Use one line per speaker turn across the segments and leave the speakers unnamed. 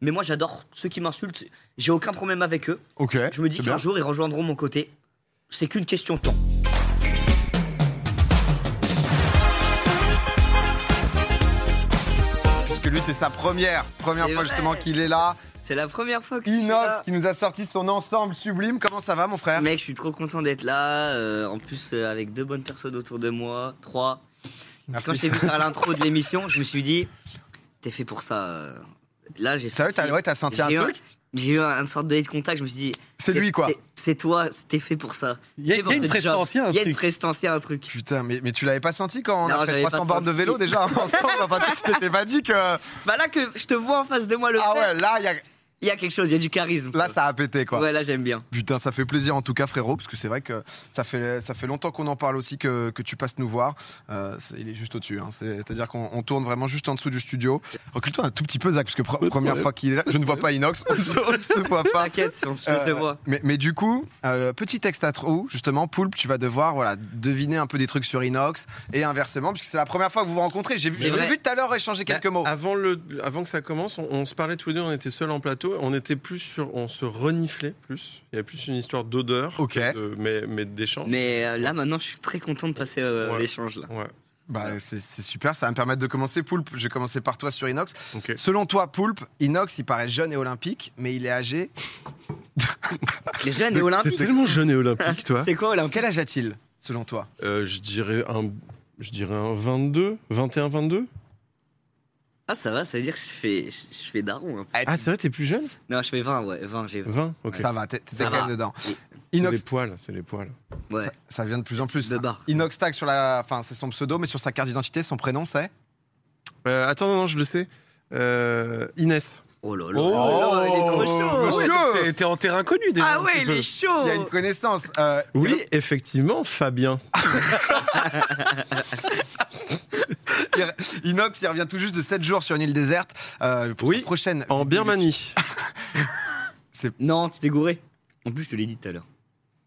Mais moi, j'adore ceux qui m'insultent. J'ai aucun problème avec eux.
Ok.
Je me dis
c'est
qu'un
bien.
jour, ils rejoindront mon côté. C'est qu'une question de temps.
Puisque lui, c'est sa première, première
C'est
fois
vrai.
justement qu'il est là.
C'est la première fois que je suis
Inox
là.
qui nous a sorti son ensemble sublime. Comment ça va, mon frère
Mec, je suis trop content d'être là. euh, en plus, euh, avec deux bonnes personnes autour de moi, trois.
Merci.
Quand je t'ai vu faire l'intro de l'émission, je me suis dit, t'es fait pour ça. euh. Là, j'ai
Sérieux,
senti-
t'as- ouais, t'as senti un
j'ai eu
truc
J'ai eu un- une sorte de hit contact. Je me suis dit,
C'est
t'es-
lui, quoi.
t'es- C'est toi, t'es fait pour ça.
Il y a-
T'es
il y a
pour
une
ce job.
prestance, il y a un
Il y a une
truc.
prestance, il y a un truc.
Putain, mais, mais tu l'avais pas senti quand on
Non,
a fait
j'avais pas
300 bornes de
senti.
vélo déjà ensemble Enfin, tu t'étais pas dit que.
Bah là que je te vois en face de moi le
Ah
faire,
ouais, là, il y a-
il y a quelque chose, il y a du charisme.
là,
quoi.
ça a pété, quoi.
Ouais, là j'aime bien.
Putain, ça fait plaisir en tout cas, frérot, parce que c'est vrai que ça fait, ça fait longtemps qu'on en parle aussi, que, que tu passes nous voir. Euh, c'est- il est juste au-dessus, hein. C'est- c'est-à-dire qu'on on tourne vraiment juste en dessous du studio. Recule-toi un tout petit peu, Zach, parce que pre- première fois qu'il est là, je ne vois pas Inox, on se on se voit pas.
T'inquiète, on se
Euh,
te voit.
mais, mais du coup, euh, petit texte à trous, justement, Poulpe, tu vas devoir voilà, deviner un peu des trucs sur Inox et inversement, puisque c'est la première fois que vous vous rencontrez. J'ai vu,
C'est
je vous ai
vrai. Bah, ah.
vu tout à l'heure échanger quelques mots.
Avant, le, avant que ça commence, on, on se parlait tous les deux, on était seuls en plateau, on était plus sur, on se reniflait plus. Il y avait plus une histoire d'odeur,
Ok.
que de- mais, mais d'échange.
Mais euh, là maintenant, je suis très content de passer euh,
Ouais.
l'échange là.
Ouais,
Bah, c'est c'est super, ça va me permettre de commencer. Poulpe, je vais commencer par toi sur Inox.
ok.
Selon toi, Poulpe, Inox, il paraît jeune et olympique, mais il est âgé.
Les jeunes et olympiques.
tellement jeune et olympique, toi.
C'est quoi olympique
Quel âge a-t-il, selon toi
Euh, je dirais un. Je dirais un 22, 21, 22.
Ah ça va, ça veut dire que je fais, je fais daron. un peu.
Ah, c'est vrai, t'es plus jeune
Non, je fais 20, ouais, 20, j'ai 20.
20, ok.
Ça va, t'es t'es
Ça
quand
va.
même dedans.
Oui.
C'est
Inox,
les poils, c'est les poils.
Ouais,
ça vient de plus en plus.
de barre.
Inox tag sur la. Enfin, c'est son pseudo, mais sur sa carte d'identité, son prénom, c'est.
Euh, attends, non, non, je le sais. Euh, Inès.
Oh là là, oh là là, il est trop chaud.
Monsieur
T'es- T'es en terrain connu déjà.
Ah
un
ouais,
petit
il
peu.
est chaud.
Il y a une connaissance. euh,
Oui, effectivement, Fabien.
il- Inox, il revient tout juste de 7 jours sur une île déserte. euh, pour
Oui.
sa prochaine.
En Birmanie.
Non, tu t'es gouré. En plus, je te l'ai dit tout à l'heure.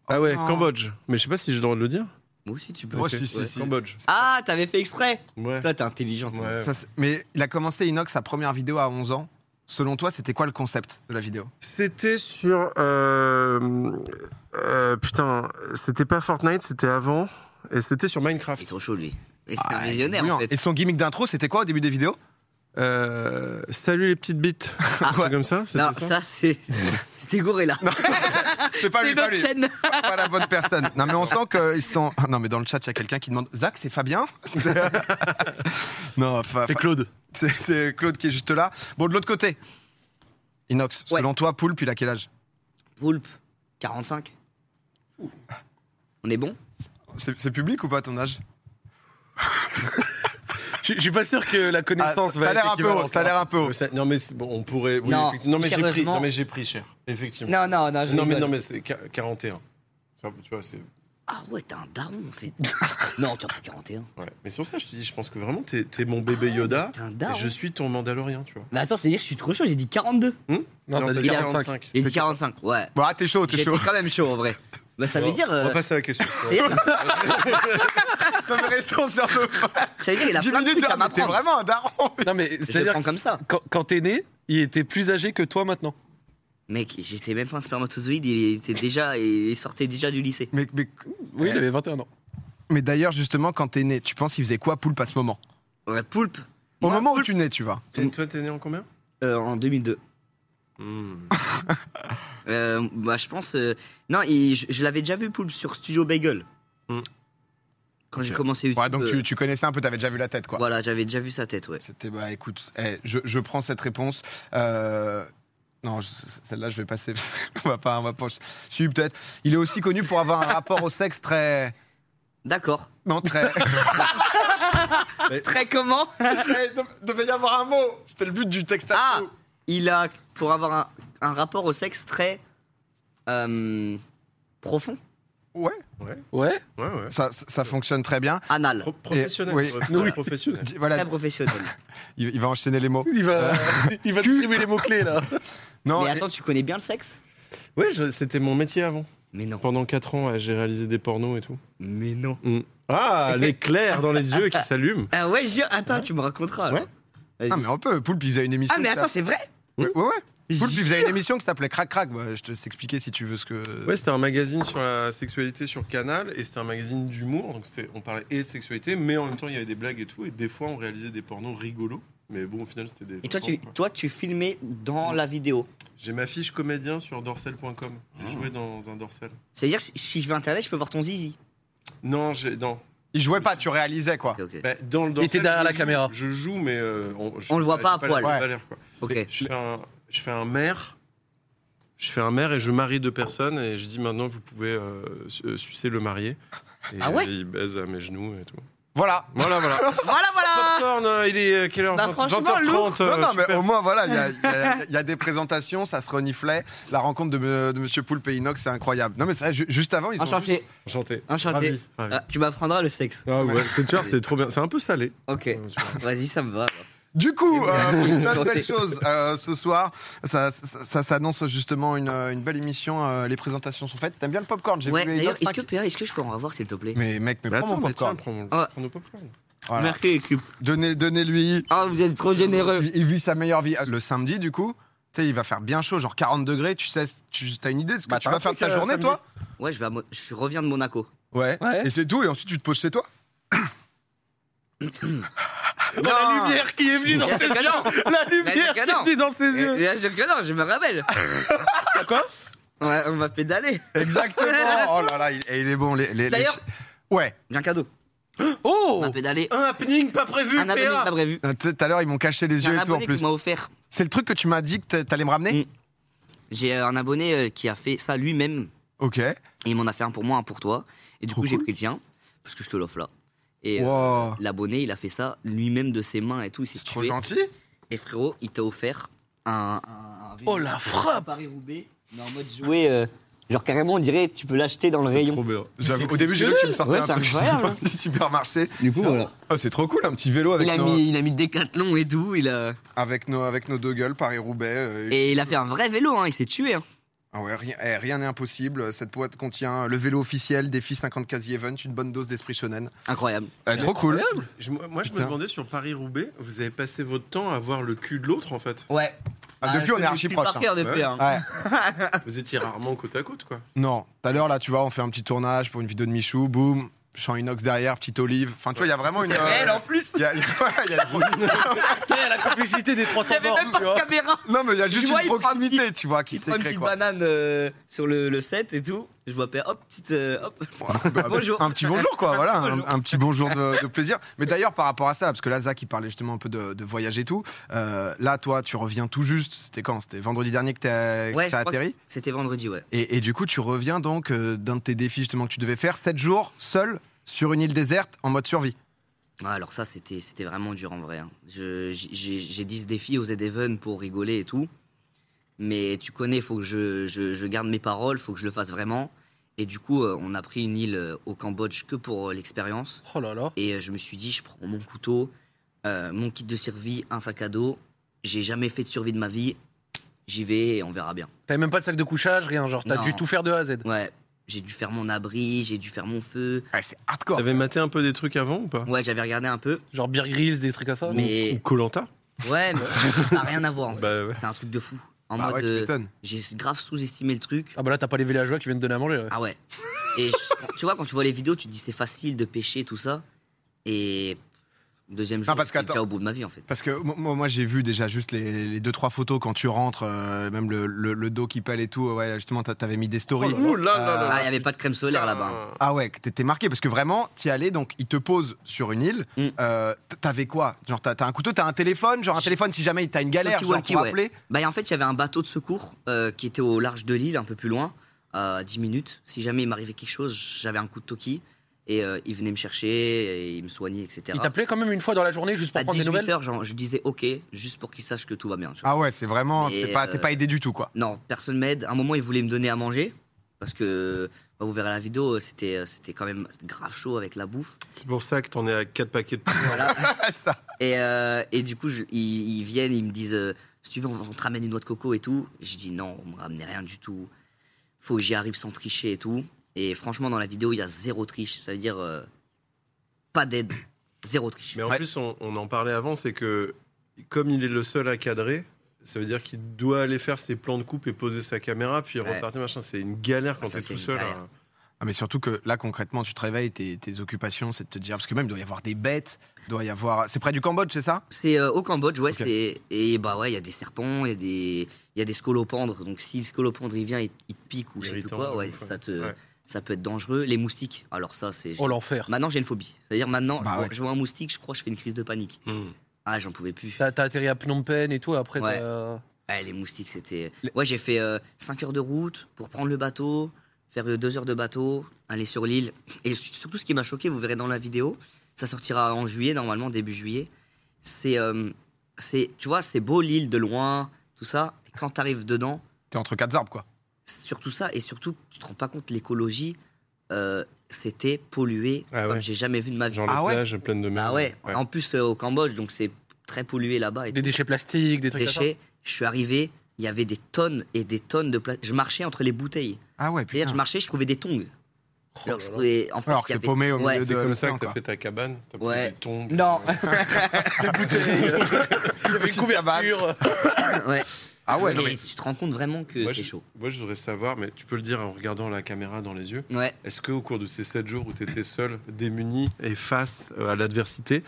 Ah ouais,
Oh.
Cambodge. Mais je sais pas si j'ai le droit de le dire.
Moi aussi, tu peux.
Oh,
Ok,
si, si,
ouais,
si.
Cambodge.
Ah, t'avais fait exprès.
Ouais.
Toi, t'es intelligent. toi.
Ouais.
Ça, c'est- mais il a commencé Inox sa première vidéo à 11 ans. Selon toi, c'était quoi le concept de la vidéo
C'était sur. euh, euh, putain, c'était pas Fortnite, c'était avant. Et c'était sur
Il est
Minecraft.
trop chaud, lui. Et c'est
Ah,
un
il est
visionnaire,
brillant.
en fait.
Et son gimmick d'intro, c'était quoi au début des vidéos
Euh, salut les petites bites. Un truc
Ouais.
comme ça, c'était
Ah, Non,
ça
ça, c'est. Tu t'es gouré, là.
C'est pas
C'est
lui, pas
notre
lui.
chaîne.
pas la bonne personne. Non, mais on sent qu'ils sont. Ah, non, mais dans le chat, il y a quelqu'un qui demande Zach, c'est Fabien Non, fa-
C'est
fa-
Claude.
c'est c'est Claude qui est juste là. Bon, de l'autre côté, Inox,
Ouais.
selon toi, Poulpe, il a quel âge
Poulpe, 45. On est bon
C'est c'est public ou pas ton âge
Je je suis pas sûr que la
Ah,
connaissance
Ça
va
a l'air
être
un peu haut.
équivalente,
Ça a
là.
l'air un peu haut.
Ouais, Oh, ça- Non, mais c'est- bon, on pourrait. oui,
Non,
effectivement. non, mais j'ai pris,
sérieusement.
non, mais j'ai pris cher.
Non,
Effectivement.
non, non, je
Non, mais,
rigole.
non, mais c'est qua- 41. Ça, Tu vois, c'est.
Ah ouais, t'es un daron, en fait. non, t'as pas 41.
Ouais. Mais c'est pour ça que je te dis, je pense que vraiment, t'es t'es mon bébé
Ah,
Yoda.
T'es un
et
daron.
je suis ton Mandalorien, tu vois.
Mais attends, c'est-à-dire que je suis trop chaud, j'ai dit 42.
Non, t'as
t'as
dit
dit
45.
J'ai dit 45, ouais.
Bon, ah, t'es chaud, t'es
J'étais
chaud.
quand même chaud, en vrai. Bah, ça veut
Bon,
dire.
On
euh,
va passer à la question.
ça veut dire-
Non, mais restons sur le
ça veut dire qu'il a
10
plein de
minutes
trucs à
là, mais T'es
m'apprendre.
vraiment un daron.
Non, mais
Je le
c'est-à-dire
prends comme ça.
que quand, quand t'es né, il était plus âgé que toi maintenant.
Mec, j'étais même pas un spermatozoïde, il était déjà. Il sortait déjà du lycée.
Mais, mais,
Oui, il avait 21 ans.
mais d'ailleurs, justement, quand t'es né, tu penses qu'il faisait quoi, Poulpe, à ce moment
Ouais, Poulpe,
Au
Moi,
moment où tu nais, tu vois.
T'es- Toi, t'es né en combien
euh, en 2002.
Hmm.
Euh, bah, je pense. euh, Non, il- je, je l'avais déjà vu Poulpe sur Studio Bagel.
Hmm.
Quand j'ai
Ok.
commencé YouTube.
Ouais, donc
euh,
tu, tu connaissais un peu, t'avais déjà vu la tête, quoi.
Voilà, j'avais déjà vu sa tête, ouais.
C'était bah écoute, eh, je, je prends cette réponse. Euh, non, je- celle-là je vais passer. on va pas, on va pas. Si peut-être. Il est aussi connu pour avoir un rapport au sexe très,
D'accord.
non très.
Très comment
Eh, de- devait y avoir un mot. C'était le but du texte. à
Ah
nous.
Il a, pour avoir un, un rapport au sexe très. euh, profond
Ouais.
Ouais
Ouais, ouais.
Ça, ça- ça fonctionne très bien.
Anal.
Pro- professionnel.
oui.
Ouais, professionnel.
Di-
Très
Voilà,
professionnel.
il, il va enchaîner les mots.
Il va, il va distribuer les mots-clés là.
Non.
Mais
et-
attends, tu connais bien le sexe
Ouais, je- c'était mon métier avant.
Mais non.
Pendant 4 ans, euh, j'ai réalisé des pornos et tout.
Mais non.
Ah, l'éclair dans les yeux qui s'allume.
Ah ouais, je dis, attends, tu me raconteras. alors.
Ouais.
Vas-y.
Ah mais on peut. Poulpe, il faisait une émission.
Ah mais
ça.
attends, c'est vrai
Ouais, ouais. ouais.
J-
Poulpe, il faisait une émission qui s'appelait Crac Crac. Bah, je te sais expliquer si tu veux ce que.
Ouais, c'était un magazine sur la sexualité sur Canal et c'était un magazine d'humour. Donc c'était- on parlait et de sexualité, mais en même temps il y avait des blagues et tout. Et des fois on réalisait des pornos rigolos. Mais bon, au final c'était des.
Et toi tu,
pornos, quoi.
toi, tu filmais dans la vidéo.
J'ai ma fiche comédien sur dorsel.com. J'ai joué dans un dorsel.
C'est-à-dire, si- si je vais internet, je peux voir ton zizi.
Non, j'ai non.
Il jouait pas, tu réalisais quoi.
Ok, ok.
Bah, dans le dorsal.
était derrière
je
la
joue-
caméra.
Je joue, mais euh, je-
On le voit
j'ai
pas à
la
poil.
Ouais.
valeur, quoi.
Ok.
Mais Je fais un, je fais un maire. Je fais un maire et je marie deux personnes et je dis maintenant vous pouvez euh, su- euh, sucer le marié. Et,
Ah ouais
euh, Il baise à mes genoux et tout.
Voilà.
Voilà, voilà.
Voilà, voilà
Popcorn, euh, il est euh, quelle heure
Bah,
20,
franchement,
20h30. euh,
non, non, mais
super.
au moins, voilà, il y a- il y, a- il y a des présentations, ça se reniflait. La rencontre de, me- de Monsieur Poulpe et Inox, c'est incroyable. Non, mais ça, ju- juste avant, ils ont
Enchanté,
Enchanté.
enchanté.
Ravi, ravi.
euh,
Ah, tu m'apprendras le sexe.
Ah ouais, c'est tu vois, c'est trop bien. C'est un peu salé.
Ok,
Euh, tu vois.
vas-y, ça me va. alors.
Du coup,
Et
euh,
oui.
plein de
Enchanté.
belles choses euh, ce soir. Ça, ça, ça s'annonce justement une, euh, une belle émission. euh, les présentations sont faites. T'aimes bien le popcorn J'ai
Ouais,
vu les
d'ailleurs,
Inox
est-ce que,
5.
PA, est-ce que je peux en avoir, s'il te plaît
Mais mec, mais
Mais
prends
attends,
mon
mais tiens,
popcorn.
prends,
Ah.
prends nos popcorn.
Voilà.
Merci, l'équipe.
Donnez- Donnez-lui.
Ah, vous êtes trop généreux.
Il, il vit sa meilleure vie. Ah, Le samedi, du coup, tu sais, il va faire bien chaud, genre 40 degrés. Tu sais, tu as une idée de ce que
Bah,
tu
t'as
vas
un
faire de
truc,
ta
euh,
journée,
samedi.
toi
Ouais, je, vais à Mo- je reviens de Monaco.
ouais.
Ouais.
Et c'est tout. Et ensuite, tu te poses chez toi.
Oh, La lumière qui est venue dans
Bien
ses
sûr
yeux.
que non
La lumière qui
que non.
est venue dans ses
Eh,
yeux.
Bien sûr que non, je me rappelle.
Quoi
On va- on m'a pédalé.
Exactement. oh là là, il, et il est bon. Les, les- les-
D'ailleurs-
Ouais.
J'ai un cadeau. On
Oh
m'a pédalé.
Un happening pas prévu,
Un abonné, pas prévu.
Euh, tu sais, Tout à l'heure, ils m'ont caché les
J'ai
yeux
un
et tout en
abonné
plus.
qui m'a offert.
C'est le truc que tu m'as dit que t'a- t'allais me ramener
Mm. J'ai euh, un abonné euh, qui a fait ça lui-même.
Ok.
Et il m'en a fait un pour moi, un pour toi. Et du
Trop
coup, j'ai
Oh, cool.
pris le tien, parce que je te l'offre là. Et euh,
Wow.
l'abonné, il a fait ça lui-même de ses mains et tout. Il s'est
C'est trop
tué.
gentil.
Et frérot, il t'a offert un. un- un-
Oh, la frappe
Paris-Roubaix, mais en mode jouer. euh, genre carrément, on dirait, tu peux l'acheter dans le rayon.
Trop bien.
J'avoue, Au début, j'ai vu que tu me sortais
Ouais,
un
c'est
truc
incroyable, hein.
du supermarché.
Du coup, voilà.
Oh, c'est trop cool, un petit vélo avec,
Il a,
nos,
mis, il a mis le décathlon et tout. Il a...
avec, nos, avec nos deux gueules, Paris-Roubaix. euh,
Et il a fait un vrai vélo, hein, il s'est tué. hein.
Ah ouais, rien eh, rien n'est impossible. Cette boîte contient le vélo officiel, défi 50 quasi event, une bonne dose d'esprit shonen.
Ah, Incroyable.
Eh, trop cool.
Je- moi, moi, je me
Putain.
demandais sur Paris-Roubaix, vous avez passé votre temps à voir le cul de l'autre en fait.
Ouais.
Ah, depuis, on est archi proche.
Par cœur
hein.
depuis. hein.
Ouais. Ah.
Vous étiez rarement côte à côte quoi.
Non, tout à l'heure, là, tu vois, on fait un petit tournage pour une vidéo de Michou, boum, chant inox derrière, petite olive. Enfin, tu vois, il y a vraiment une. euh,
C'est réel en plus.
il y a- il y a-
Quelle la complicité des trois
J'avais même pas de caméra.
Non, mais il y a juste
vois,
une
il prend un
proximité, tu vois, qui
Il prend une
s'écrit
petite
quoi.
banane euh, sur le, le set et tout. Je vois pas, hop, petite. euh, hop.
Bah, bah,
Bonjour.
Un petit bonjour, quoi, voilà, un,
Bonjour.
un petit bonjour de, de plaisir. Mais d'ailleurs, par rapport à ça, parce que là, Zach, il parlait justement un peu de, de voyage et tout. euh, là, toi, tu reviens tout juste. C'était quand C'était vendredi dernier que t'as que
Ouais, je
t'as
crois que
atterri
C'était vendredi, ouais.
Et, et du coup, tu reviens donc euh, d'un de tes défis justement que tu devais faire 7 jours seul sur une île déserte en mode survie.
Ouais, alors ça, c'était c'était vraiment dur en vrai. hein. Je- J'ai j'ai dit ce défi aux Edeven pour rigoler et tout. Mais tu connais, faut que je, je, je garde mes paroles, faut que je le fasse vraiment. Et du coup, euh, on a pris une île euh, au Cambodge que pour euh, l'expérience.
Oh là là.
Et euh, je me suis dit, je prends mon couteau, euh, mon kit de survie, un sac à dos. J'ai jamais fait de survie de ma vie. J'y vais et on verra bien.
T'avais même pas de salle de couchage, rien. Genre, t'as
Non.
dû tout faire de A à Z.
Ouais, j'ai dû faire mon abri, j'ai dû faire mon feu.
Ouais, c'est hardcore.
T'avais maté un peu des trucs avant ou pas
Ouais, j'avais regardé un peu,
Genre Beer Grylls, des trucs à ça.
Ou
mais
Colanta
ouais, mais ça n'a rien à voir. en fait.
Bah ouais.
C'est un truc de fou. En
Bah
mode,
ouais, tu
euh,
m'étonnes.
j'ai grave sous-estimé le truc.
Ah bah là, t'as pas les villageois qui viennent te donner à manger. ouais.
Ah ouais. Et je- tu vois, quand tu vois les vidéos, tu te dis c'est facile de pêcher, tout ça. Et deuxième jour,
Non, parce
j'étais
qu'attends.
déjà au bout de ma vie en fait.
Parce que mo- moi, moi, j'ai vu déjà juste les, les deux trois photos quand tu rentres, euh, même le, le- le dos qui pèle et tout. Ouais, justement, t'a- t'avais mis des stories. Euh,
Oh là là là là.
Ah, il n'y avait pas de crème solaire là-bas.
Ah ouais, que t'étais marqué parce que vraiment, t'y allais donc ils te posent sur une île.
Mm.
Euh, t- t'avais quoi Genre t'as t'as un couteau, t'as un téléphone, genre un téléphone si jamais t'as une galère, genre,
Walkie-walkie,
pour
ouais.
appeler.
Bah, et en fait, il y avait un bateau de secours euh, qui était au large de l'île, un peu plus loin, à 10 minutes. Si jamais il m'arrivait quelque chose, j'avais un coup de toki. Et euh, ils venaient me chercher, et ils me soignaient, etc.
Il t'appelait quand même une fois dans la journée juste pour
à
prendre des
18
nouvelles.
h genre, je disais OK, juste pour qu'ils sachent que tout va bien. tu vois.
Ah ouais, c'est vraiment
Mais,
t'es pas t'es
euh,
pas aidé du tout quoi.
Non, personne m'aide. À un moment, ils voulaient me donner à manger. Parce que, bah, vous verrez la vidéo, c'était euh, c'était quand même grave chaud avec la bouffe.
C'est pour ça que t'en es à 4 paquets de
Voilà.
ça.
Et, euh, et du coup, je- ils, ils viennent, ils me disent euh, Si tu veux, on, va- on te ramène une noix de coco et tout. Je dis Non, on me ramenait rien du tout. Faut que j'y arrive sans tricher et tout. Et franchement, dans la vidéo, il y a zéro triche. Ça veut dire euh, pas d'aide, zéro triche.
Mais en
Ouais.
plus, on, on en parlait avant, c'est que comme il est le seul à cadrer, Ça veut dire qu'il doit aller faire ses plans de coupe et poser sa caméra, puis
Ouais.
repartir, machin. C'est une galère quand
Ah, ça,
t'es
c'est
tout
une
seul.
galère.
hein.
Ah, mais surtout que là, concrètement, tu te réveilles, tes, tes occupations, c'est de te dire. Parce que même, il doit y avoir des bêtes, il doit y avoir. C'est près du Cambodge, c'est ça
C'est euh, au Cambodge, ouais.
Ok.
c'est- Et bah ouais, il y a des serpents, il y a des, il y a des scolopendres. Donc si le scolopendre il vient, il, il te pique ou je sais plus
Irritant,
quoi,
hein,
ouais,
des fois.
ça te,
Ouais.
ça peut être dangereux. Les moustiques, alors ça c'est.
Oh l'enfer.
Maintenant j'ai une phobie. C'est-à-dire maintenant,
Bah
je, vois,
ouais.
je vois un moustique, je crois, que je fais une crise de panique.
Hmm.
Ah, j'en pouvais plus.
T'as t'as atterri à Phnom Penh et tout, après
Ouais.
t'as-
Ouais, les moustiques, c'était. Ouais, j'ai fait 5 heures de route pour prendre le bateau, faire 2 heures de bateau, aller sur l'île. Et su- surtout, ce qui m'a choqué, vous verrez dans la vidéo, ça sortira en juillet, normalement, début juillet. C'est. euh, c'est- tu vois, c'est beau l'île de loin, tout ça. Et quand t'arrives dedans,
T'es entre quatre arbres, quoi.
surtout ça, et surtout, tu te rends pas compte, l'écologie, euh, c'était pollué
Ah
comme
ouais.
j'ai jamais vu de ma vie.
Genre
Ah
les
ouais
plages pleines de merde.
Bah ouais, en plus, euh, au Cambodge, donc c'est très pollué là-bas. et
des déchets plastiques, des trucs comme ça.
déchets. Je suis arrivé, il y avait des tonnes et des tonnes de plastique. Je marchais entre les bouteilles.
Ah ouais,
C'est-à-dire,
putain. Oh
je marchais, je trouvais des tongs.
Oh
Alors, je trouvais- en fait,
Alors que
il y
c'est
avait-
paumé au
Ouais.
milieu
C'est
de
comme ça
l'océan,
que t'as
quoi.
fait ta cabane T'as pris
Ouais.
des tombes
Non.
Il y avait une
Petite
couverture.
ouais.
Ah ouais, non,
Mais
mais-
tu te rends compte vraiment que
Moi
c'est
je,
chaud.
moi, je voudrais savoir, mais tu peux le dire en regardant la caméra dans les yeux.
Ouais.
Est-ce qu'au cours de ces 7 jours où tu étais seul, démuni et face euh, à l'adversité,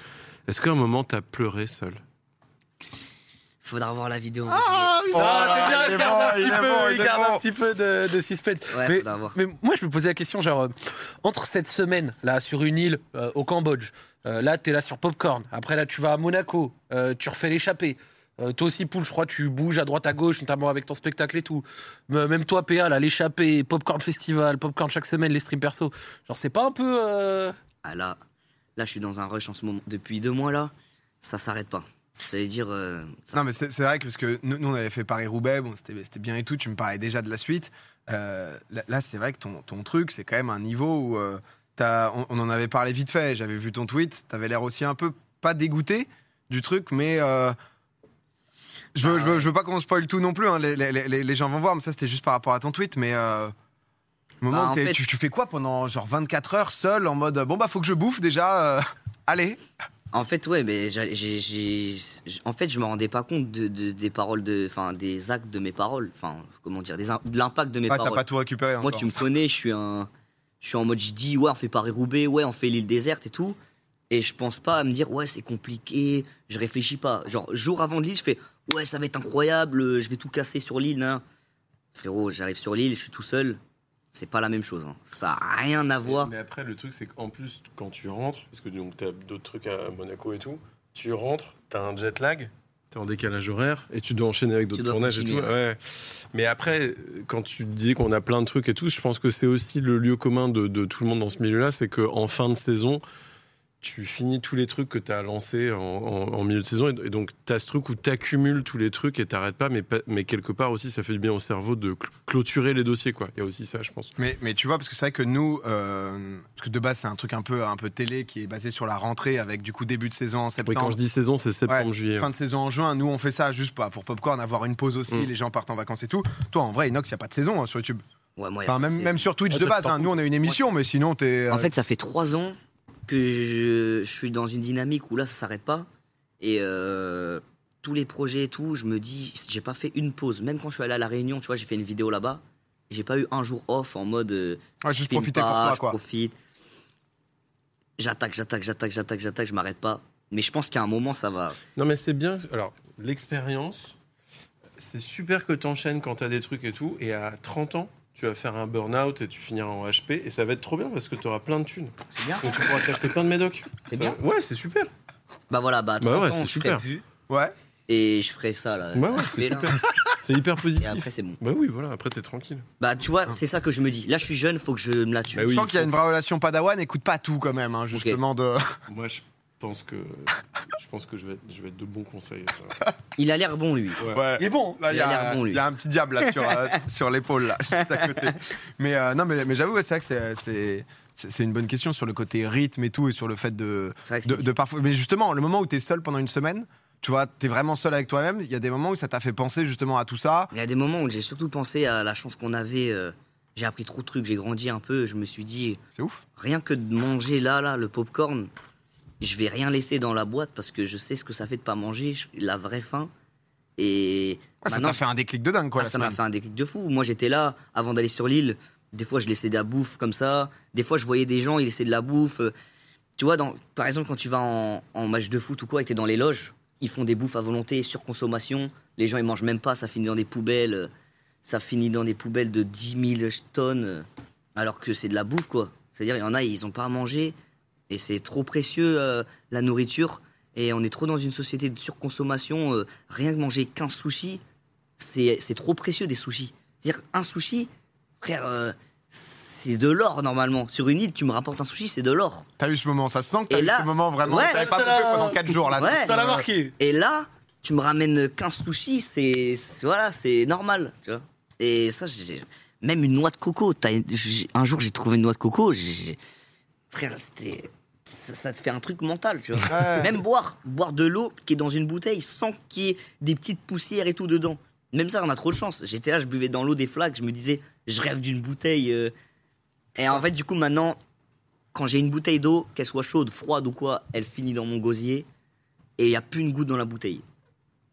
est-ce qu'à un moment tu as pleuré seul
Faudra voir la vidéo.
Oh
Ah,
là là,
c'est bien,
il est
il garde un
bon, il est
petit peu-
bon,
il
il est
garde un
bon.
petit peu de, de ce qui se pète.
Ouais,
mais,
faudra voir.
mais moi, je me posais la question, genre, euh, entre cette semaine, là, sur une île euh, au Cambodge, euh, là, t'es là sur Popcorn, après, là, tu vas à Monaco, euh, tu refais l'échappée. Euh, toi aussi, Poul, je crois, tu bouges à droite, à gauche, notamment avec ton spectacle et tout. Mais, euh, même toi, PA, là, l'échappée, Popcorn Festival, Popcorn chaque semaine, les streams perso. Genre, c'est pas un peu. euh,
Ah, là, là, je suis dans un rush en ce moment. Depuis deux mois, là, ça s'arrête pas. Ça veut dire. euh, ça-
Non, mais c'est c'est vrai que parce que nous, nous, on avait fait Paris-Roubaix, bon, c'était c'était bien et tout, tu me parlais déjà de la suite. Euh, là, là, c'est vrai que ton, ton truc, c'est quand même un niveau où euh, t'as- on, on en avait parlé vite fait, j'avais vu ton tweet, t'avais l'air aussi un peu pas dégoûté du truc, mais euh, je,
Bah
veux, je, veux, je veux pas qu'on spoil tout non plus, hein, les, les- les- les gens vont voir, mais ça c'était juste par rapport à ton tweet, mais... euh, le moment
Bah,
où
en
t'es-
fait-
tu, tu fais quoi pendant genre 24 heures seul en mode bon bah faut que je bouffe déjà euh, allez
En fait, ouais, mais j'a- j'ai- j'ai- j'- en fait, je me rendais pas compte de, de- des paroles, de, enfin, des actes de mes paroles, enfin, comment dire, des im- de l'impact de mes
Ah, t'as
paroles.
pas tout récupéré
Moi,
encore.
tu me connais, je suis un. Je suis en mode, je dis, ouais, on fait Paris-Roubaix, ouais, on fait l'île déserte et tout. Et je pense pas à me dire, ouais, c'est compliqué, je réfléchis pas. Genre, jour avant de l'île, je fais, ouais, ça va être incroyable, euh, je vais tout casser sur l'île. nan. Frérot, j'arrive sur l'île, je suis tout seul. C'est pas la même chose. hein. Ça a rien à voir.
Mais après, le truc, c'est qu'en plus, quand tu rentres, parce que tu as d'autres trucs à Monaco et tout, tu rentres, tu as un jet lag, tu es en décalage horaire et tu dois enchaîner avec d'autres
dois
tournages et tout.
continuer,
ouais. Mais après, quand tu disais qu'on a plein de trucs et tout, je pense que c'est aussi le lieu commun de, de tout le monde dans ce milieu-là, c'est qu'en fin de saison, tu finis tous les trucs que tu as lancés en, en- en milieu de saison. Et, et donc, tu as ce truc où tu accumules tous les trucs et t'arrêtes pas mais, pas- mais quelque part aussi, ça fait du bien au cerveau de cl- clôturer les dossiers. quoi. Il y a aussi ça, je pense.
Mais, mais tu vois, parce que c'est vrai que nous, euh, parce que de base, c'est un truc un peu, un peu télé qui est basé sur la rentrée avec du coup début de saison en
Oui,
septembre.
quand je dis euh, saison, c'est septembre-juillet.
Fin de saison en juin, nous on fait ça juste pas pour popcorn, avoir une pause aussi,
Mm.
les gens partent en vacances et tout. Toi en vrai, Inox, il n'y a pas de saison hein, sur YouTube.
Ouais, moi, y a
Enfin,
pas de-
même,
c'est-
même sur Twitch
Ouais,
de
ça,
base,
par
hein. nous on a une émission, mais sinon t'es.
En
euh,
fait, ça fait trois ans que je, je suis dans une dynamique où là, ça s'arrête pas. Et euh, tous les projets et tout, je me dis, j'ai pas fait une pause. Même quand je suis allé à La Réunion, tu vois, j'ai fait une vidéo là-bas. J'ai pas eu un jour off en mode. euh,
ouais, juste
je filme
profiter
pas,
pour toi,
je
quoi.
profite. J'attaque, j'attaque, j'attaque, j'attaque, j'attaque, je m'arrête pas. Mais je pense qu'à un moment, ça va.
Non, mais c'est bien. Alors, l'expérience, c'est super que tu enchaînes quand tu as des trucs et tout. Et à 30 ans, tu vas faire un burn-out et tu finiras en HP. Et ça va être trop bien parce que tu auras plein de thunes.
C'est bien.
Donc, tu pourras t'acheter plein de médocs.
C'est
Ça-
bien.
Ouais, c'est super.
Bah voilà, bah, à
Bah
30
ouais,
ans, je
c'est
ferai
super. Bah
plus.
Ouais.
Et je ferai ça là.
Ouais, ouais,
Mais
c'est
là,
super. C'est hyper
euh, Et après,
positif.
c'est bon.
Bah oui, voilà, après, t'es tranquille.
Bah tu vois, c'est ça que je me dis. Là, je suis jeune, faut que je me la tue.
Bah oui.
je
il
sens qu'il y a
faut-
une vraie relation padawan, écoute pas tout quand même, hein, justement. De...
Moi, je pense que je, pense que je, vais, être, je vais être de bons conseils.
Ah. Il a l'air bon, lui.
Ouais.
Il est bon.
Là, il y,
Il a
a-
l'air bon, lui.
il y a un petit diable là, sur, euh, sur l'épaule, là, juste à côté. Mais euh, non, mais, mais j'avoue, ouais, c'est vrai que c'est- c'est- c'est c'est une bonne question sur le côté rythme et tout, et sur le fait de,
C'est vrai que
de,
c'est
de parfois. Mais justement, le moment où tu es seul pendant une semaine, tu vois, tu es vraiment seul avec toi-même, il y a des moments où ça t'a fait penser justement à tout ça.
Il y a des moments où j'ai surtout pensé à la chance qu'on avait. euh, j'ai appris trop de trucs, j'ai grandi un peu. Je me suis dit,
C'est ouf. Ah,
rien que de manger là, là, le popcorn, je vais rien laisser dans la boîte parce que je sais ce que ça fait de pas manger, je- la vraie faim. Et
Ouais, ça
maintenant,
t'a fait un déclic de dingue, quoi.
ah,
la
ça m'a
semaine.
fait un déclic de fou. Moi, j'étais là avant d'aller sur l'île. Des fois, je laissais de la bouffe comme ça. Des fois, je voyais des gens, ils laissaient de la bouffe. Euh, Tu vois, dans, par exemple, quand tu vas en, en match de foot ou quoi, et que t'es dans les loges, ils font des bouffes à volonté, surconsommation. Les gens, ils mangent même pas. Ça finit dans des poubelles. euh, Ça finit dans des poubelles de 10 000 tonnes. euh, Alors que c'est de la bouffe, quoi. C'est-à-dire, il y en a, ils ont pas à manger. Et c'est trop précieux, euh, la nourriture. Et on est trop dans une société de surconsommation. euh, rien que manger 15 sushis, c'est c'est trop précieux des sushis. C'est-à-dire, un sushi, frère, euh, c'est de l'or normalement. Sur une île, tu me rapportes un sushi, c'est de l'or.
T'as eu ce moment, ça se sent que t'as
Et
eu
là-
ce moment vraiment.
Ouais.
T'avais pas
Ça l'a-
bouffé pendant 4 jours, là.
Ouais.
Ça l'a marqué.
Et là, tu me ramènes 15 sushis, c'est. c'est- Voilà, c'est normal, tu vois. Et ça, j'ai- même une noix de coco. t'as une- j'ai- Un jour, j'ai trouvé une noix de coco. j'ai- Frère, c'était. Ça, ça te fait un truc mental, tu vois.
Ouais.
Même boire, boire de l'eau qui est dans une bouteille sans qu'il y ait des petites poussières et tout dedans. Même ça, on a trop de chance. J'étais là, je buvais dans l'eau des flaques, je me disais, je rêve d'une bouteille. euh. Et en fait, du coup, maintenant, quand j'ai une bouteille d'eau, qu'elle soit chaude, froide ou quoi, elle finit dans mon gosier et il n'y a plus une goutte dans la bouteille.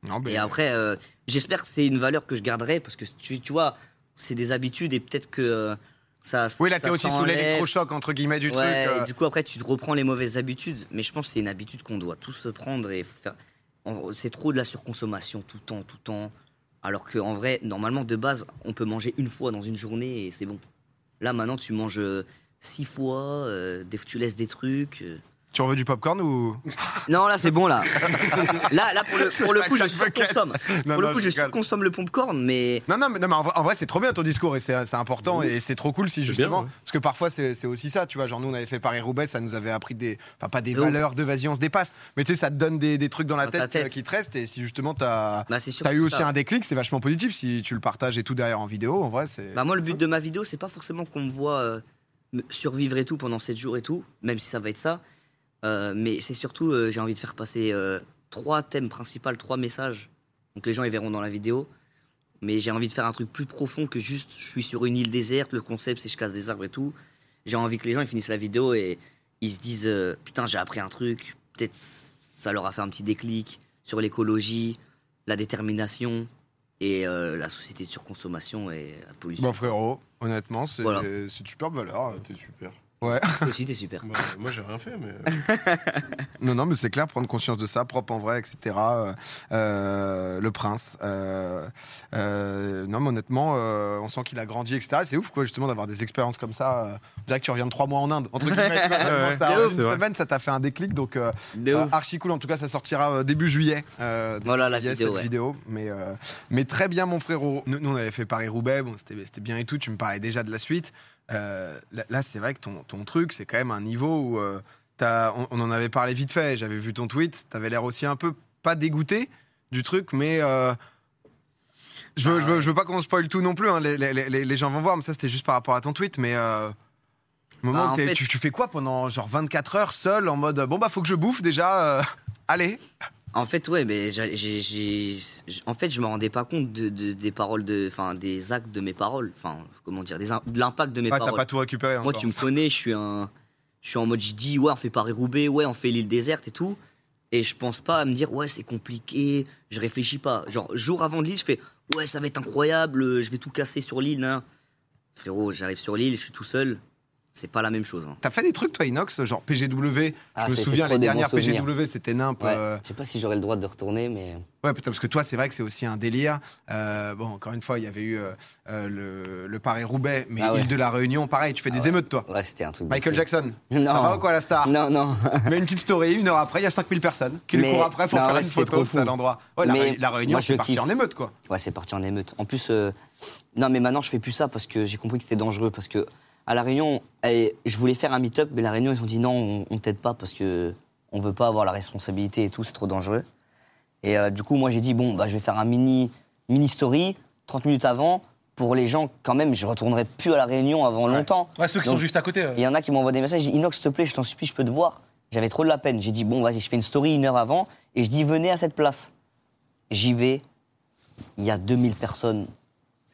Non, mais-
Et après, euh, j'espère que c'est une valeur que je garderai parce que tu, tu vois, c'est des habitudes et peut-être que euh, ça.
Oui, là,
ça
t'es aussi sous
s'enlève.
l'électrochoc, entre guillemets, du truc.
Ouais, et
euh,
Du coup, après, tu te reprends les mauvaises habitudes. Mais je pense que c'est une habitude qu'on doit tous se prendre et faire. on- C'est trop de la surconsommation tout le temps, tout le temps. Alors qu'en vrai, normalement, de base, on peut manger une fois dans une journée et c'est bon. Là, maintenant, tu manges euh, six fois, euh, des- tu laisses des trucs. euh.
Tu en veux du popcorn ou.
Non, là, c'est bon, là. là, là, pour le, pour le
La
coup, je
classe bucket.
surconsomme.
Non,
Pour le
non,
coup,
je
je
rigole.
surconsomme le popcorn, mais
Non, non, mais, non, mais en vrai, en vrai, c'est trop bien ton discours et c'est c'est important et c'est trop cool si
C'est
justement.
bien, ouais.
Parce que parfois c'est c'est aussi ça, tu vois. Genre nous on avait fait Paris-Roubaix, ça nous avait appris des. Enfin, pas des
De ouf.
valeurs de vas-y, on se dépasse. Mais tu sais, ça te donne des, des trucs dans la
Dans
tête,
ta tête.
euh, qui te restent et si justement t'as.
bah, c'est sûr.
T'as eu
que
aussi
ça-
un déclic, c'est vachement positif si tu le partages et tout derrière en vidéo. En vrai, c'est.
Bah moi le but de ma vidéo c'est pas forcément qu'on me voit euh, me- survivre et tout pendant 7 jours et tout, même si ça va être ça. Euh, mais c'est surtout euh, j'ai envie de faire passer euh, trois thèmes principaux, trois messages. Donc les gens ils verront dans la vidéo. Mais j'ai envie de faire un truc plus profond que juste je suis sur une île déserte, le concept c'est je casse des arbres et tout. J'ai envie que les gens ils finissent la vidéo et ils se disent euh, putain j'ai appris un truc, peut-être ça leur a fait un petit déclic sur l'écologie, la détermination et euh, la société de surconsommation et la pollution.
Bon frérot, honnêtement, c'est
Voilà.
c'est une superbe valeur.
Ah, T'es super.
Toi aussi, t'es super.
Bah, moi, j'ai rien fait, mais.
Non, non, mais c'est clair, prendre conscience de ça, propre en vrai, etc. Euh, euh, le prince. euh, euh, non, mais honnêtement, euh, on sent qu'il a grandi, etc. C'est ouf, quoi, justement, d'avoir des expériences comme ça. euh, On dirait que tu reviens de trois mois en Inde, entre guillemets. tu vois, vraiment,
Ouais,
ça,
de
en
ouf.
une
C'est vrai.
semaine, ça t'a fait un déclic, donc euh,
De
euh,
ouf.
archi cool. En tout cas, ça sortira euh, début juillet. euh, début
Voilà la
juillet,
vidéo,
cette
ouais.
vidéo. Mais, euh, mais très bien, mon frérot. Nous, nous, on avait fait Paris-Roubaix, bon, c'était c'était bien et tout. Tu me parlais déjà de la suite. Euh, là, là, c'est vrai que ton, ton truc, c'est quand même un niveau où euh, t'as- on, on en avait parlé vite fait. J'avais vu ton tweet. T'avais l'air aussi un peu pas dégoûté du truc, mais euh, je, veux, je, veux, je veux pas qu'on spoil tout non plus. hein, les, les- les- les gens vont voir, mais ça, c'était juste par rapport à ton tweet. Mais euh, au moment
Bah,
où
en
t'es-
fait-
tu, tu fais quoi pendant genre 24 heures seul en mode bon, bah, faut que je bouffe déjà. euh, allez.
En fait, ouais, mais j'ai, j'ai- j'ai- j'- en fait, je me rendais pas compte de, de- des paroles, de, enfin, des actes de mes paroles, enfin, comment dire, des, im- de l'impact de mes
Ah, t'as
paroles.
pas tout récupéré.
Moi,
encore.
tu me connais, je suis un, je suis en mode, je dis, ouais, on fait Paris Roubaix, ouais, on fait l'île déserte et tout, et je pense pas à me dire, ouais, c'est compliqué, je réfléchis pas. Genre, jour avant de l'île, je fais, ouais, ça va être incroyable, euh, je vais tout casser sur l'île. nan, nan. Frérot, j'arrive sur l'île, je suis tout seul, c'est pas la même chose. hein.
T'as fait des trucs, toi, Inox, genre PGW.
Ah,
je me
c'était
souviens,
trop
les
des bons
dernières
souvenirs.
PGW, c'était nimp.
Ouais,
euh,
je sais pas si j'aurai le droit de retourner, mais.
Ouais, putain, parce que toi, c'est vrai que c'est aussi un délire. Euh, bon, encore une fois, il y avait eu euh, euh, le, le Paris-Roubaix, mais
Ah ouais. Ah
Île de la Réunion, pareil, tu fais des émeutes, toi.
Ouais, c'était un truc. de
Michael
fou.
Jackson.
Non.
Ça va ou quoi, la star
Non, non.
Mais une petite story, une heure après, il y a 5000 personnes qui lui
Mais-
courent après pour
non,
faire
ouais,
une
c'était
photo
trop
de ça,
fou.
l'endroit. Ouais, la
Mais
Ré- la Réunion,
moi,
c'est
je
parti
kiffe.
en émeute, quoi.
Ouais, c'est parti en émeute. En plus, euh, non, mais maintenant je fais plus ça parce que j'ai compris que c'était dangereux. Parce que à La Réunion, eh, je voulais faire un meet-up, mais La Réunion, ils ont dit non, on, on t'aide pas parce que on veut pas avoir la responsabilité et tout, c'est trop dangereux. Et euh, du coup, moi j'ai dit bon, bah, je vais faire un mini, mini story 30 minutes avant pour les gens. Quand même, je retournerai plus à La Réunion avant longtemps.
Ouais, ceux qui sont
Donc,
juste à côté. euh.
il y en a qui m'envoient des messages, Inox, s'il te plaît, je t'en supplie, je peux te voir. J'avais trop de la peine. J'ai dit, bon, vas-y, je fais une story une heure avant et je dis, venez à cette place. J'y vais, il y a 2000 personnes,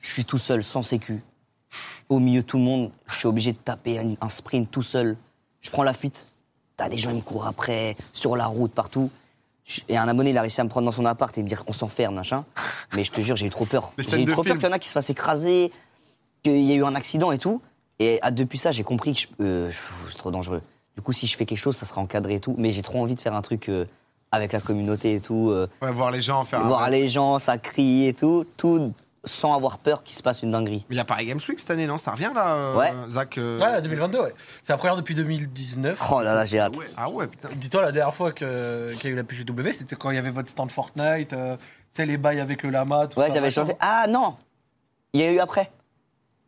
je suis tout seul, sans sécu. Au milieu, de tout le monde, je suis obligé de taper un, un sprint tout seul. Je prends la fuite. T'as des gens qui me courent après, sur la route, partout. je- Et un abonné, il a réussi à me prendre dans son appart et me dire on s'enferme, machin. Mais je te jure, j'ai eu trop peur.
Des
J'ai
scènes
eu
de
trop
film.
peur qu'il y en a qui se fassent écraser, qu'il y ait eu un accident et tout. Et ah, depuis ça, j'ai compris que je- euh, je- c'est trop dangereux. Du coup, si je fais quelque chose, ça sera encadré et tout. Mais j'ai trop envie de faire un truc euh, avec la communauté et tout. euh,
Ouais, voir les gens faire. un-
voir les gens, ça crie et tout. Tout sans avoir peur qu'il se passe une dinguerie.
Mais il y a Paris Games Week cette année, non Ça revient là, euh,
Ouais.
Zach euh,
Ouais, 2022, ouais. C'est la première depuis 2019.
Oh là là, j'ai hâte.
ouais. Ah ouais, putain.
Dis-toi, la dernière fois que- qu'il y a eu la PGW, c'était quand il y avait votre stand Fortnite, euh, tu sais, les bails avec le lama, tout
Ouais,
ça.
j'avais
machin.
chanté. Ah non Il y a eu après.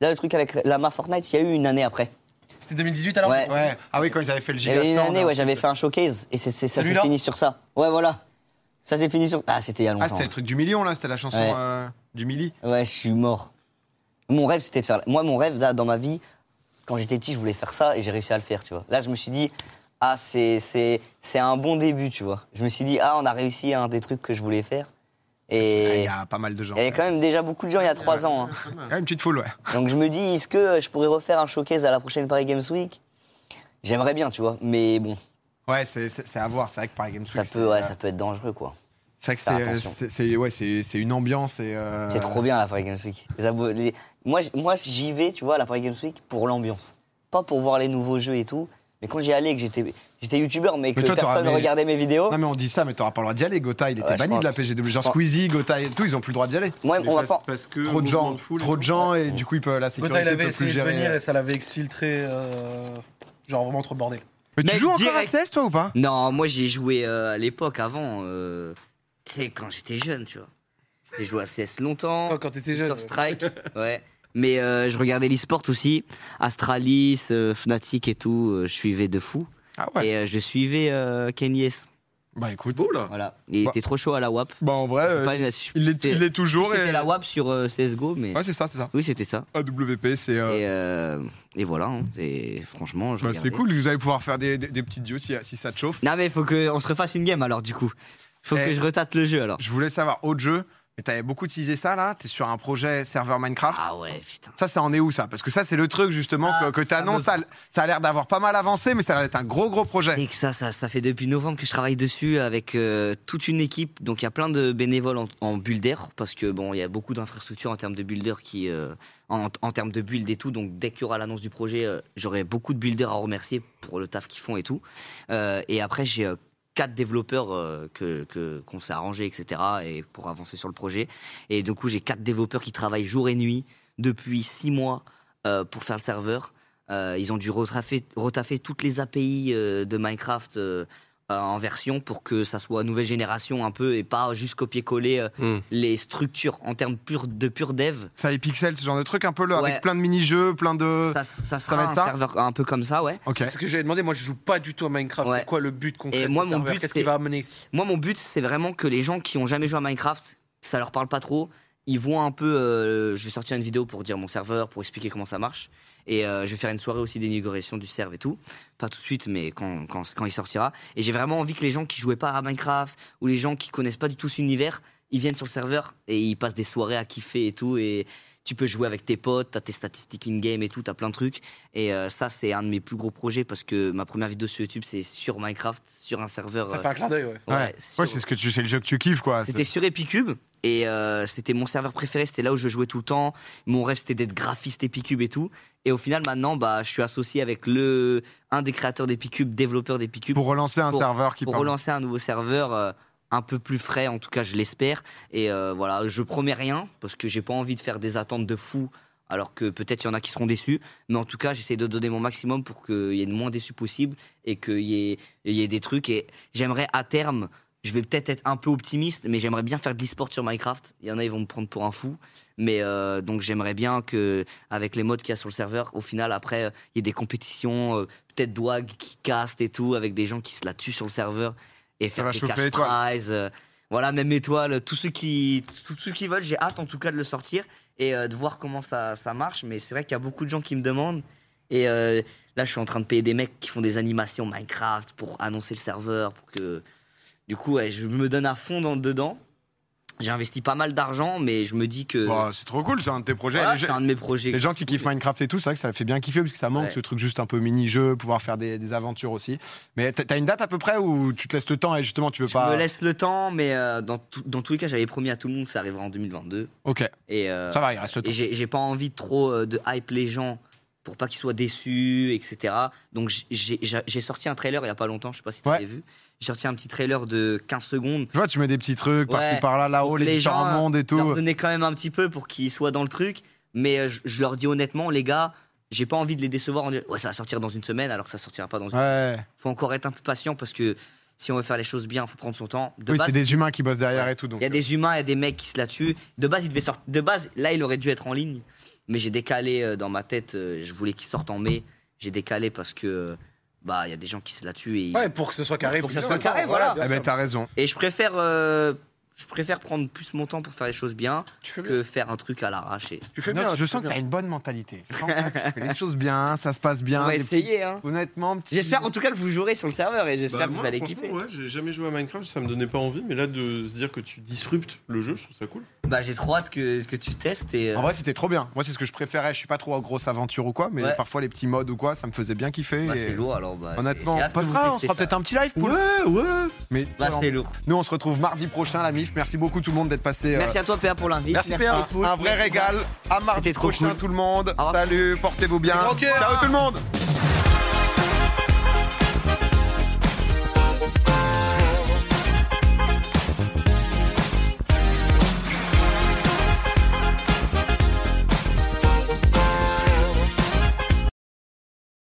Là, le truc avec Lama Fortnite, il y a eu une année après.
C'était 2018 alors
Ouais.
Ouais. Ah oui, quand ils avaient fait le
Il y a eu une
gigastand.
année,
hein,
ouais, j'avais fait un showcase et c'est- c'est- ça s'est
Celui-là
fini sur ça. Ouais, voilà. Ça s'est fini sur. Ah, c'était il y a
Ah,
longtemps.
c'était le truc du million, là, c'était la chanson
Ouais.
euh, du milli.
ouais, je suis mort. Mon rêve, c'était de faire. Moi, mon rêve, là, dans ma vie, quand j'étais petit, je voulais faire ça et j'ai réussi à le faire, tu vois. Là, je me suis dit, ah, c'est c'est- c'est un bon début, tu vois. Je me suis dit, ah, on a réussi un des trucs que je voulais faire.
Ah, Il
Et
y a pas mal de gens.
il y avait quand même déjà beaucoup de gens il y a trois ans. hein.
Ouais, une petite foule, ouais.
Donc je me dis, est-ce que euh, je pourrais refaire un showcase à la prochaine Paris Games Week J'aimerais bien, tu vois, mais bon,
Ouais, c'est- c'est c'est à voir, c'est vrai que Paris Games
ça
Week.
peut, ouais,
euh,
ça peut être dangereux, quoi.
C'est vrai que
Faire
c'est-
attention.
c'est- c'est ouais, c'est- c'est une ambiance et. euh,
C'est trop bien la Paris Games Week. Les abo- les- Moi, j- moi j'y vais, tu vois, à la Paris Games Week pour l'ambiance, pas pour voir les nouveaux jeux et tout. Mais quand j'y allais, et que j'étais, j'étais youtubeur, mais que
toi, t'auras
personne ne
mis-
regardait mes vidéos,
Non mais on dit ça, mais t'auras pas le droit d'y aller. Gotha, il était
Ouais, je
banni
pense.
de la PGW. Genre
Je pense.
Squeezie, Gotha et tout, ils ont plus le droit d'y aller.
moi, on va pas.
Parce que
Trop de
mouvement
gens,
foule et
trop
tout.
de gens et du coup, il peut, la
Gotha, il
sécurité
avait
peut plus
essayé de venir
gérer.
et ça l'avait exfiltré. euh, genre vraiment trop bordel.
Mais tu
Mec,
joues encore à
direct.
CS toi ou pas
Non, moi j'ai joué euh, à l'époque avant, euh, tu sais, quand j'étais jeune, tu vois. J'ai joué à CS longtemps.
Quand, quand t'étais jeune.
Counter Strike, ouais. Mais euh, je regardais l'e-sport aussi, Astralis, euh, Fnatic et tout, euh, je suivais de fou.
Ah ouais.
Et euh, je suivais euh, Ken Yes.
Bah écoute.
Beau là.
Voilà. Il
Bah.
était trop chaud à la WAP.
Bah en vrai,
Je sais
euh,
pas, il a- je-
il l'est
c'était-
il l'est toujours.
C'était
et-
la WAP sur euh, CSGO, mais.
Ouais, c'est ça, c'est ça.
Oui, c'était ça.
AWP, c'est. euh,
Et, euh, et voilà. hein. Et franchement, je
bah,
regardais.
c'est cool, vous allez pouvoir faire des, des, des petits duos si, si ça te chauffe.
Non, mais faut qu'on se refasse une game alors, du coup. Faut
Eh.
que je retate le jeu alors.
Je voulais savoir, autre jeu, mais t'avais beaucoup utilisé ça là, t'es sur un projet serveur Minecraft.
Ah ouais, putain.
Ça, ça en est où ça Parce que ça, c'est le truc justement
Ah,
que, que t'annonces. Ça, ça a l'air d'avoir pas mal avancé, mais ça a l'air d'être un gros gros projet.
Et que ça, ça, ça fait depuis novembre que je travaille dessus avec euh, toute une équipe. Donc il y a plein de bénévoles en, en builder parce que bon, il y a beaucoup d'infrastructures en termes de builder qui, euh, en, en termes de build et tout. Donc dès qu'il y aura l'annonce du projet, euh, j'aurai beaucoup de builders à remercier pour le taf qu'ils font et tout. Euh, et après j'ai euh, quatre développeurs euh, que que- qu'on s'est arrangé etc. Et pour avancer sur le projet. Et du coup j'ai quatre développeurs qui travaillent jour et nuit depuis six mois euh, pour faire le serveur. Euh, ils ont dû retraffer, retaffer toutes les API euh, de Minecraft euh, euh, en version pour que ça soit nouvelle génération un peu et pas juste copier-coller euh,
Hmm.
les structures en termes pur, de pur dev.
Ça les pixels, ce genre de truc un peu là,
Ouais.
avec plein de mini-jeux, plein de.
Ça, ça sera
va être
un
Euh, ça
serveur un peu comme ça, ouais.
Ok.
C'est ce que j'avais demandé. Moi, je joue pas du tout à Minecraft.
Ouais.
C'est quoi le but concret
Et
du
moi, mon
serveur
but,
qu'est-ce
c'est-
qu'il va amener
Moi, mon but, c'est vraiment que les gens qui ont jamais joué à Minecraft, ça leur parle pas trop. Ils voient un peu. euh, je vais sortir une vidéo pour dire mon serveur, pour expliquer comment ça marche. Et euh, je vais faire une soirée aussi d'inauguration du serve et tout. Pas tout de suite, mais quand, quand, quand il sortira. Et j'ai vraiment envie que les gens qui jouaient pas à Minecraft ou les gens qui connaissent pas du tout cet univers, ils viennent sur le serveur et ils passent des soirées à kiffer et tout. Et tu peux jouer avec tes potes, t'as tes statistiques in-game et tout, t'as plein de trucs. Et euh, ça, c'est un de mes plus gros projets parce que ma première vidéo sur YouTube, c'est sur Minecraft, sur un serveur.
Ça
euh,
fait un clin d'œil, ouais.
Ouais,
ouais, sur-
Ouais, c'est ce que tu, c'est le jeu que tu kiffes quoi.
c'était sur Epicube et euh, c'était mon serveur préféré, c'était là où je jouais tout le temps. Mon rêve c'était d'être graphiste Epicube et tout. Et au final maintenant bah je suis associé avec le un des créateurs d'Epicube, développeur
C'est
d'Epicube
Pour relancer un
Pour-
serveur qui
pour
parle.
relancer un nouveau serveur euh, un peu plus frais, en tout cas je l'espère. Et euh, voilà, je promets rien parce que j'ai pas envie de faire des attentes de fou, alors que peut-être il y en a qui seront déçus. Mais en tout cas, j'essaie de donner mon maximum pour qu'il y ait le moins déçus possible et qu'il y, ait- il y ait des trucs. Et j'aimerais à terme, je vais peut-être être un peu optimiste, mais j'aimerais bien faire de l'e-sport sur Minecraft. Il y en a, ils vont me prendre pour un fou. Mais euh, donc j'aimerais bien que, avec les modes qu'il y a sur le serveur, au final, après, euh, il y ait des compétitions, euh, peut-être Dwag qui caste et tout, avec des gens qui se la tuent sur le serveur et faire
va
des
chauffer
cash
l'étoile.
prizes. euh, voilà, même étoile, tous ceux qui, tous ceux qui veulent, j'ai hâte en tout cas de le sortir et euh, de voir comment ça, ça marche. Mais c'est vrai qu'il y a beaucoup de gens qui me demandent. Et euh, là, je suis en train de payer des mecs qui font des animations Minecraft pour annoncer le serveur, pour que. Du coup, ouais, je me donne à fond dans, dedans. J'ai investi pas mal d'argent, mais je me dis que
Bah, c'est trop cool, c'est un de tes projets.
voilà,
Les
c'est
gens-
un de mes projets.
Les gens qui kiffent Minecraft et tout, c'est vrai que ça fait bien kiffer parce que ça manque
Ouais.
ce truc juste un peu mini-jeu, pouvoir faire des, des aventures aussi. Mais t'as- t'as une date à peu près où tu te laisses le temps et justement tu veux
Je
pas.
me laisse le temps, mais euh, dans, tout- dans tous les cas, j'avais promis à tout le monde que ça arrivera en 2022.
Ok,
Et, euh,
ça va, il reste le temps.
et j'ai j'ai pas envie de trop euh, de hype les gens pour pas qu'ils soient déçus, etc. Donc j'ai- j'ai j'ai- j'ai sorti un trailer il y a pas longtemps, je sais pas si tu
Ouais.
l'avais vu. J'ai sorti un petit trailer de 15 secondes.
Je vois, tu mets des petits trucs par-ci
Ouais.
par-là, là-haut,
Donc,
les,
les
différents
gens, euh,
mondes et
Je
tout.
leur donnais quand même un petit peu pour qu'ils soient dans le truc. Mais euh, je, je leur dis honnêtement, les gars, j'ai pas envie de les décevoir en disant ouais, ça va sortir dans une semaine alors que ça sortira pas dans une.
Ouais.
Faut encore être un peu patient parce que si on veut faire les choses bien, faut prendre son temps. De
Oui,
base,
c'est des humains qui bossent derrière
Ouais.
et tout. Donc,
Il y a des humains, il y a des mecs qui se la tuent. De base, il devait sortir. De base, là, il aurait dû être en ligne, mais j'ai décalé euh, dans ma tête. euh, Je voulais qu'il sorte en mai. J'ai décalé parce que euh, bah il y a des gens qui se la tuent et, ils-
Ouais, pour que ce soit carré.
Pour que ça
bien,
soit carré, voilà.
bien
Eh ben,
sûr.
t'as raison.
et je préfère euh, je préfère prendre plus mon temps pour faire les choses bien
Tu fais bien.
que faire un truc à l'arrache. et-
Tu fais
Note,
bien.
je
tu
sens que
fais
t'as
bien.
une bonne mentalité. Je sens que tu fais les choses bien, ça se passe bien.
On va
des
essayer. Hein.
petits- Honnêtement, petit-
J'espère en tout cas que vous jouerez sur le serveur et j'espère
Bah,
que vous
moi,
allez
franchement,
kiffer.
Ouais, j'ai jamais joué à Minecraft, ça me donnait pas envie, mais là de se dire que tu disruptes le jeu, je trouve ça cool.
Bah j'ai trop hâte que, que tu testes et euh,
En vrai, c'était trop bien. Moi, c'est ce que je préférais. Je suis pas trop en grosse aventure ou quoi, mais
Ouais.
parfois les petits modes ou quoi, ça me faisait bien kiffer.
bah,
et-
c'est lourd alors bah, j'ai-
Honnêtement,
j'ai
on
hâte que vous
passera, on
testiez
se fera
ça.
peut-être un petit live pour
ouais.
Mais
Bah
voilà,
c'est lourd.
nous, on se retrouve mardi prochain, la MIF. Merci beaucoup tout le monde d'être passé. euh,
Merci à toi PA pour l'invite.
merci, Pierre. Un- un, vrai régal. À mardi
C'était trop
prochain
cool.
tout le monde.
Au revoir.
Salut, portez-vous bien.
Gros cœur.
Ciao tout le monde.